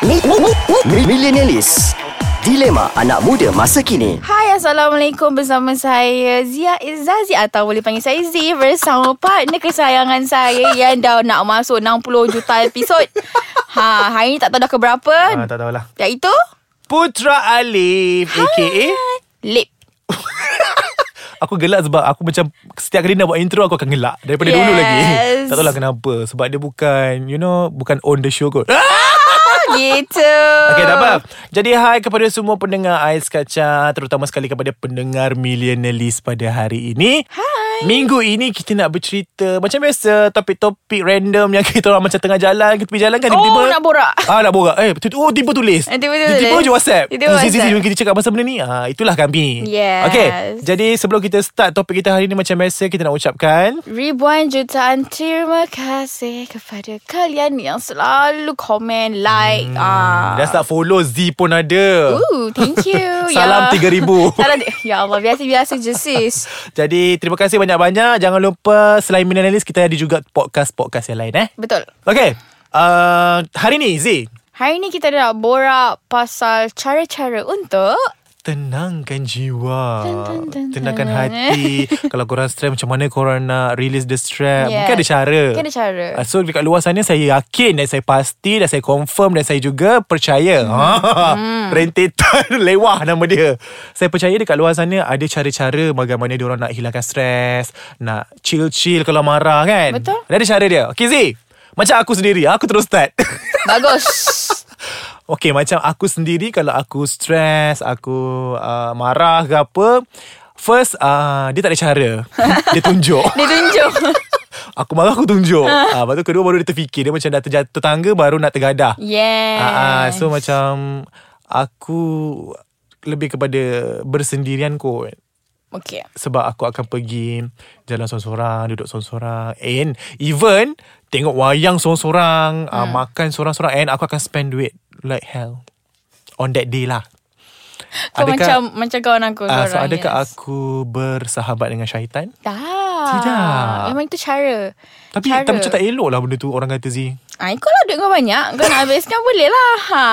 Mi- mi- mi- mi- Millenialis Dilema anak muda masa kini Hai, Assalamualaikum bersama saya Zia Izzazi atau boleh panggil saya Z bersama partner kesayangan saya yang dah nak masuk 60 juta episod. ha, hari ni tak tahu dah keberapa. Ah, tak tahulah. Iaitu Putra Alif aka lip. aku gelak sebab aku macam setiap kali nak buat intro aku akan gelak daripada yes. dulu Yes. lagi. Tak tahulah kenapa sebab dia bukan you know bukan on the show kot. Ah, gitu. Okay, tak apa. Jadi hai kepada semua pendengar Ais Kacang Terutama sekali kepada pendengar Millenialis pada hari ini Hai Minggu ini kita nak bercerita Macam biasa topik-topik random Yang kita orang macam tengah jalan Ke tepi jalan kan Oh, tiba-tiba nak borak. Ah nak borak Eh betul oh tiba tulis Eh, tiba-tiba Tiba-tiba tulis. je whatsapp Tiba-tiba Eh, Zizi, WhatsApp. jom kita cakap pasal benda ni ah, Itulah kami Yes. Okay Jadi sebelum kita start topik kita hari ni Macam biasa kita nak ucapkan Ribuan jutaan terima kasih kepada kalian yang selalu komen, like. Hmm, ah. Dah start follow Z pun ada Ooh, thank you. Salam Ya. 3,000. Salam ti- Ya Allah, biasa-biasa je sis. Jadi terima kasih banyak-banyak Jangan lupa selain Millenialis Kita ada juga podcast-podcast yang lain eh Betul. Okay uh, Hari ni Z Hari ni kita nak borak pasal cara-cara untuk Tenangkan jiwa Dun, dun, dun, Tenangkan dun. hati Kalau korang stress Macam mana korang nak Release the stress Yeah. Mungkin ada cara Mungkin ada cara. Ah, So dekat luar sana Saya yakin Dan saya pasti Dan saya confirm Dan saya juga percaya hmm. Rentetan Lewah nama dia Saya percaya dekat luar sana Ada cara-cara Bagaimana diorang nak hilangkan stres Nak chill-chill Kalau marah kan Betul. Dan ada cara dia Okay Z Macam aku sendiri Aku terus start bagus. Okay macam aku sendiri Kalau aku stres Aku uh, marah ke apa First uh, Dia tak ada cara Dia tunjuk Dia tunjuk. Ah, Aku marah aku tunjuk uh, Lepas tu kedua baru dia terfikir Dia macam dah terjatuh tangga Baru nak tergadah Yes. Ah, ah, So macam Aku Lebih kepada Bersendirian kot okay. sebab aku akan pergi jalan sorang-sorang, duduk sorang-sorang and even tengok wayang sorang-sorang, hmm. uh, makan sorang-sorang and aku akan spend duit like hell on that day lah. Kau macam macam kawan aku uh, so seorang, adakah yes. aku bersahabat dengan syaitan? Tak. Tidak. Memang itu cara. Tapi cara. tak macam tak elok lah benda tu orang kata Z. Ah, kau lah duit kau banyak. Kau nak habiskan boleh lah. Ha.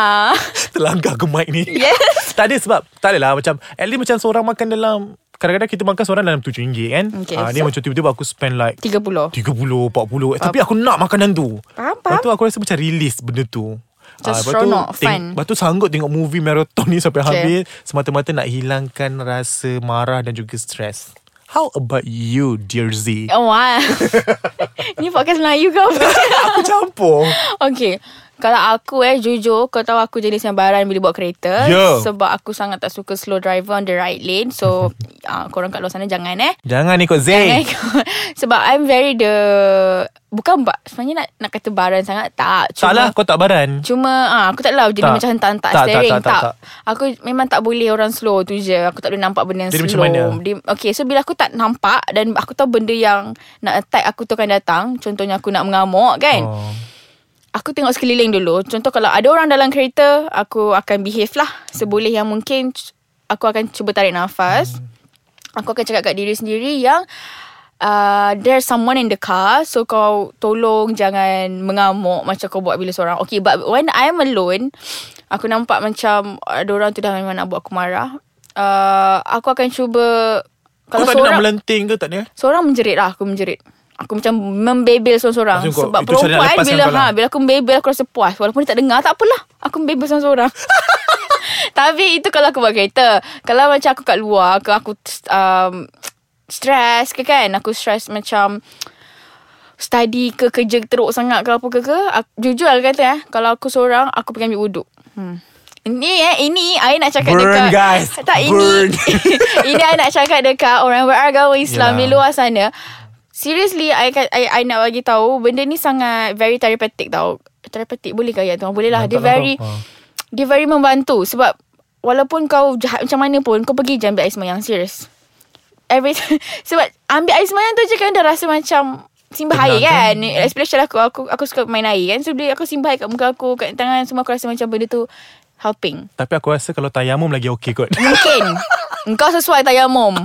Terlanggar ke mic ni. Yes. tak ada sebab tak adalah macam at least macam seorang makan dalam kadang-kadang kita makan seorang dalam RM7 kan. Okay, Ah, so- dia macam tiba-tiba aku spend like 30. 30, 40 eh, Tapi aku nak makanan tu Faham, Lepas tu aku rasa macam release benda tu Macam Ah, lepas seronok, tu, fun. Lepas tu sanggup tengok movie marathon ni Okay. sampai habis Semata-mata nak hilangkan rasa marah dan juga stres How about you dear Z? Oh, wah. Ni podcast Melayu kau. aku campur Okay Kalau aku eh Jujur Kau tahu aku jenis yang baran Bila buat kereta Ya. Sebab aku sangat tak suka Slow driver on the right lane So uh, Korang kat luar sana Jangan eh Jangan ikut Z Eh, kau- Sebab I'm very the Bukan ba- Sebenarnya nak, nak kata baran sangat Tak Tak Cuma lah kau tak baran Cuma ah, Aku tak tahu Jadi Tak. macam hentak-hentak Tak, tak, steering tak, tak, tak. Aku memang tak boleh orang slow tu je Aku tak boleh nampak benda yang Jadi macam slow mana? Dia, Okay so bila aku tak nampak Dan aku tahu benda yang Nak attack aku tu akan datang Contohnya aku nak mengamuk kan oh. Aku tengok sekeliling dulu Contoh kalau ada orang dalam kereta Aku akan behave lah Seboleh yang mungkin c- Aku akan cuba tarik nafas hmm. Aku akan cakap kat diri sendiri yang uh, There's someone in the car So kau tolong jangan mengamuk Macam kau buat bila seorang Okay but when I'm alone Aku nampak macam Ada orang tu dah memang nak buat aku marah uh, Aku akan cuba Kau Kalau tak ada Oh, nak seorang melenting ke tak ada? Seorang menjerit lah Aku menjerit Aku macam membebel seorang-seorang Maksudnya kau- Sebab itu cara nak perempuan lepaskan bila, kau lah. ha, bila aku membebel Aku rasa puas Walaupun dia tak dengar Tak apalah Aku membebel seorang-seorang Tapi itu kalau aku buat kereta Kalau macam aku kat luar Aku, aku um, Stress ke kan Aku stress macam Study ke kerja teruk sangat Ke apa ke ke aku, Jujur aku kata eh Kalau aku seorang Aku pergi ambil wuduk hmm. Ini eh Ini I nak cakap Burn, dekat guys. Tak Burn. ini ini I nak cakap dekat orang beragama Islam di Yelah. luar sana. Seriously, I, kat- I, I nak bagi tahu benda ni sangat very therapeutic tau. Therapeutic boleh ke ayat tu? Boleh lah. Dia Mantap lah very kau. Ha. dia very membantu sebab walaupun kau jahat macam mana pun kau pergi je ambil air semayang serius. Every sebab ambil air semayang tu je kan dah rasa macam simbah Tenang air kan. Especially aku aku aku suka main air kan. So bila aku simbah air kat muka aku, kat tangan semua aku rasa macam benda tu helping. Tapi aku rasa kalau tayamum lagi okey kot Mungkin. Engkau sesuai tayamum.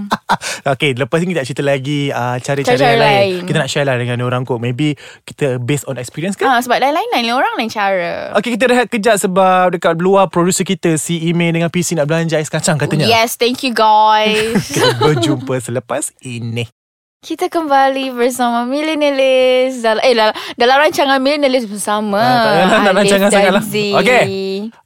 Okay Lepas ni kita nak cerita lagi uh, Cara-cara Cara-cara yang lain. lain. Kita nak share lah dengan orang kot Maybe Kita based on experience ke Ah, sebab lain-lain lain orang lain cara. Okay kita rehat kejap Sebab dekat luar Producer kita Si Ime dengan PC Nak belanja ais kacang katanya Yes, thank you guys. Berjumpa selepas ini Kita kembali bersama Millennialist dalam eh dalam, dalam rancangan Millennialist bersama. Ah, tak payahlah nak Alif rancangan dan sangat lah. Z. Okay.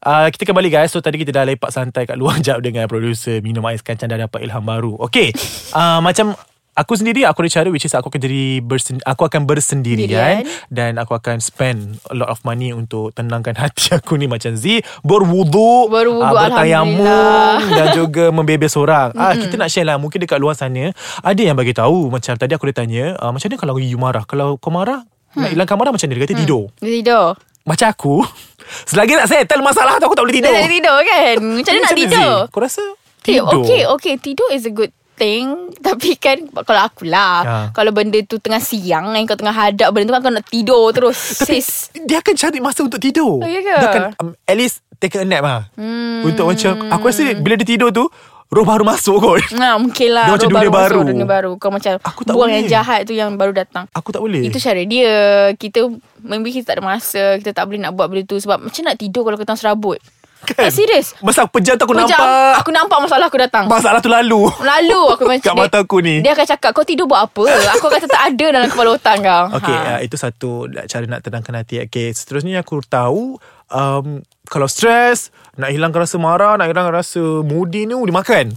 Uh, kita kembali guys So tadi kita dah lepak santai kat luar jap Dengan producer Minum ais kacang Dah dapat ilham baru Okay uh, Macam Aku sendiri aku ada cara which is aku akan jadi bersen, aku akan bersendirian Sendirian. dan aku akan spend a lot of money untuk tenangkan hati aku ni macam Z berwuduk Berwuduk, ah, bertayamum Alhamdulillah. dan juga membebel seorang. Ah kita nak share lah mungkin dekat luar sana ada yang bagi tahu macam tadi aku dah tanya ah, macam mana kalau you marah kalau kau marah Hmm. nak hilangkan marah macam mana dia kata tidur. Dia tidur. Macam aku Selagi nak settle masalah tu Aku tak boleh Dia tidur tak tidur kan? Macam mana nak tidur? Zee? Kau rasa Okay, tidur okay, okay. Tidur is a good thing. Tapi kan kalau akulah, Ha. kalau benda tu tengah siang kan kau tengah hadap benda tu kan kau nak tidur terus. Sis. Dia akan cari masa untuk tidur Oh, ya ke? Dia akan um, At least Take a nap lah hmm. Untuk macam Aku rasa bila dia tidur tu Roh baru masuk kot Nah, mungkin lah. Dia macam Baru- dunia baru masuk baru. Dunia baru. Kau macam Aku tak buang boleh. yang jahat tu yang baru datang. Aku tak boleh Itu cara dia Kita Maybe kita tak ada masa Kita tak boleh nak buat benda tu Sebab macam nak tidur Kalau kita serabut Kan? Tak serius Masa aku pejam tu aku Pejam, nampak Aku nampak masalah aku datang Masalah tu lalu Lalu aku macam Kat mata aku ni Dia akan cakap Kau tidur buat apa Aku akan tak ada Dalam kepala otak kau Okay, ha. uh, itu satu cara nak tenangkan hati. Okay, seterusnya aku tahu um, kalau stres, nak hilangkan rasa marah, nak hilangkan rasa moody ni, dimakan.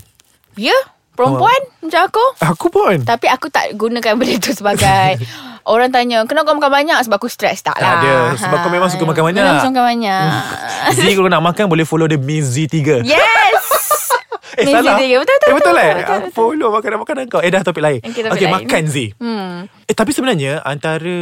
Ya yeah, Perempuan Oh. Macam aku Aku pun. Tapi aku tak gunakan benda tu sebagai Orang tanya Kenapa kau makan banyak Sebab aku stres tak Tak lah ada. Sebab kau memang suka makan banyak. Memang suka makan banyak Z kalau nak makan boleh follow dia Miss Z3. Yes Eh Miss salah. Z3. ya, Betul, betul, eh, betul, betul, eh? betul, betul. Follow makanan-makanan kau. Eh dah topik lain. Okay, topik lain. makan Z. Hmm Eh tapi sebenarnya antara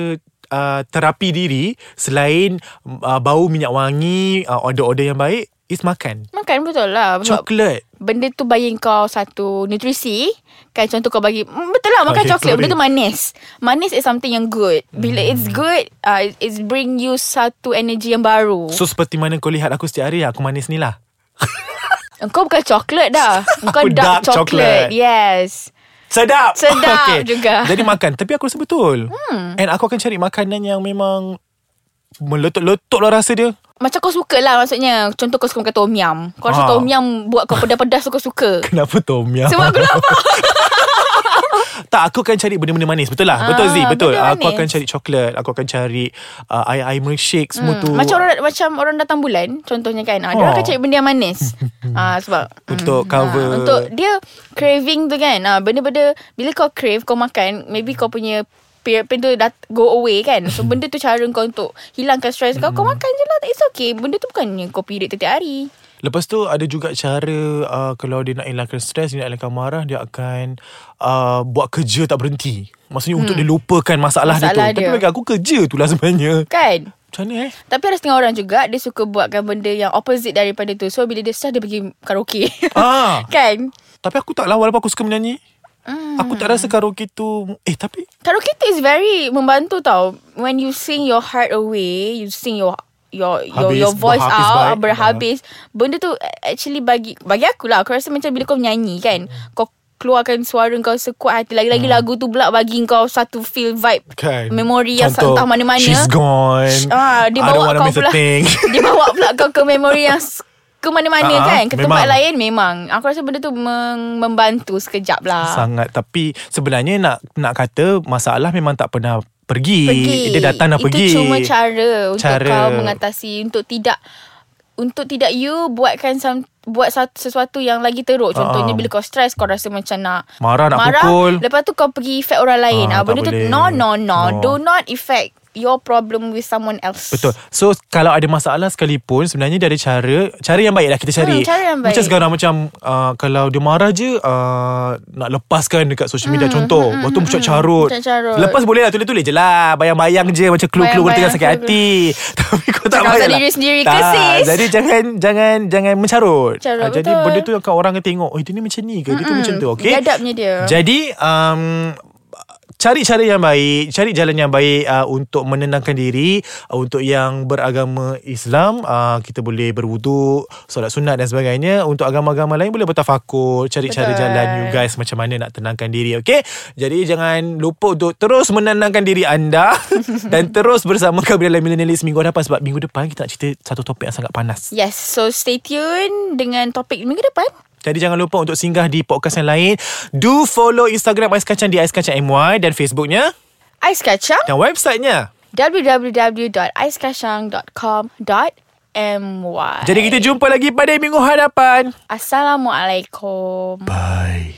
uh, terapi diri selain uh, bau minyak wangi, uh, order-order yang baik is makan. Makan betul lah Sebab Coklat. benda tu bagi kau satu nutrisi kan contoh kau bagi mm, betul lah makan Okay, coklat benda sorry. tu manis manis is something yang good bila it's good uh, it- it's bring you satu energy yang baru So seperti mana kau lihat aku setiap hari aku manis ni lah. engkau bukan coklat dah engkau Aku dark dark, chocolate. chocolate. yes Sedap. Sedap juga. Jadi makan. Tapi aku rasa betul. Hmm. And aku akan cari makanan yang memang meletup-letup lah rasa dia. macam kau suka lah maksudnya contoh kau suka makan tom yum kau rasa Ah. tom yum buat kau pedas-pedas kau suka Kenapa tom yum? sebab aku lapar Tak aku akan cari benda-benda manis Betul lah Betul Ah, Z Betul benda Aku manis. akan cari coklat Aku akan cari uh, Air-air milkshake Semua tu Hmm. macam orang macam orang datang bulan contohnya kan ada Oh. orang akan cari benda yang manis ah sebab Ah, Untuk cover Untuk dia craving tu kan ah, Benda-benda Bila kau crave Kau makan Maybe kau punya Period pain tu dah go away kan So benda tu cara kau untuk Hilangkan stress kau Hmm. Kau makan je lah It's okay Benda tu bukannya kau period tiap hari Lepas tu ada juga cara uh, Kalau dia nak hilangkan stres Dia nak hilangkan marah Dia akan uh, Buat kerja tak berhenti Maksudnya hmm. untuk dia lupakan masalah, Masalah dia. dia tu Tapi bagi aku kerja tu lah sebenarnya Kan Macam mana eh Tapi ada setengah orang juga Dia suka buatkan benda yang opposite daripada tu So bila dia stress Dia pergi karaoke ah, Kan Tapi aku tak lawa Lepas aku suka menyanyi hmm. Aku tak rasa karaoke tu Eh tapi Karaoke tu is very membantu tau. When you sing your heart away, you sing your your your, Habis, your voice berhabis out baik. Ah. berhabis. Benda tu actually bagi bagi aku lah. Aku rasa macam bila kau nyanyi kan, kau keluarkan suara kau sekuat hati. Lagi-lagi lagu tu pula bagi kau satu feel vibe. Hmm. kan Memori yang Contoh, entah mana-mana. She's gone Ah, dia I don't bawa wanna kau miss a pula. thing. dia bawa pula kau ke memori yang s- ke mana-mana Ah, kan, ke tempat memang. lain memang. Aku rasa benda tu meng- membantu sekejap lah. sangat tapi sebenarnya nak nak kata masalah memang tak pernah pergi, pergi. dia datang dah Itu pergi Itu cuma cara untuk Cara. cara. kau mengatasi untuk tidak untuk tidak you buatkan some, buat satu, sesuatu yang lagi teruk. Contohnya Ah. bila kau stres kau rasa macam nak Marah, nak marah, pukul. Lepas tu kau pergi effect orang lain. Ah, Ah, tak benda tu boleh. no no No. no. Do not affect your problem with someone else. Betul So kalau ada masalah sekalipun Sebenarnya dia ada cara Cara yang baik lah kita Hmm, cari cara yang baik. Macam sekarang macam uh, Kalau dia marah je uh, Nak lepaskan dekat social media Hmm, Contoh Lepas tu macam carut Pucat carut. Lepas boleh lah tulis-tulis je lah Bayang-bayang je Macam clue-clue kau tengah Bayang-bayang, sakit hati Tapi kau tak Cakap payah pasal lah diri sendiri ke, Tak, sis? Jadi jangan Jangan jangan mencarut Carut, Ah, Jadi betul. benda tu yang kau orang akan tengok Oh dia ni macam ni ke Dia tu macam tu okay? Biadabnya dia. Jadi um, cari cara yang baik, cari jalan yang baik uh, untuk menenangkan diri. Uh, untuk yang beragama Islam, uh, kita boleh berwuduk, solat sunat dan sebagainya. Untuk agama-agama lain boleh bertafakur, cari Betul. cara Betul. jalan you guys macam mana nak tenangkan diri, okay? Jadi jangan lupa untuk terus menenangkan diri anda dan terus bersama kami dalam Millennialist minggu depan sebab minggu depan kita nak cerita satu topik yang sangat panas. Yes, so stay tune dengan topik minggu depan. Jadi jangan lupa untuk singgah di podcast yang lain. Do follow Instagram Ais Kacang di Ais Kacang MY dan Facebooknya Ais Kacang dan websitenya. www.aiskacang.com.my Jadi kita jumpa lagi pada minggu hadapan. Assalamualaikum. Bye.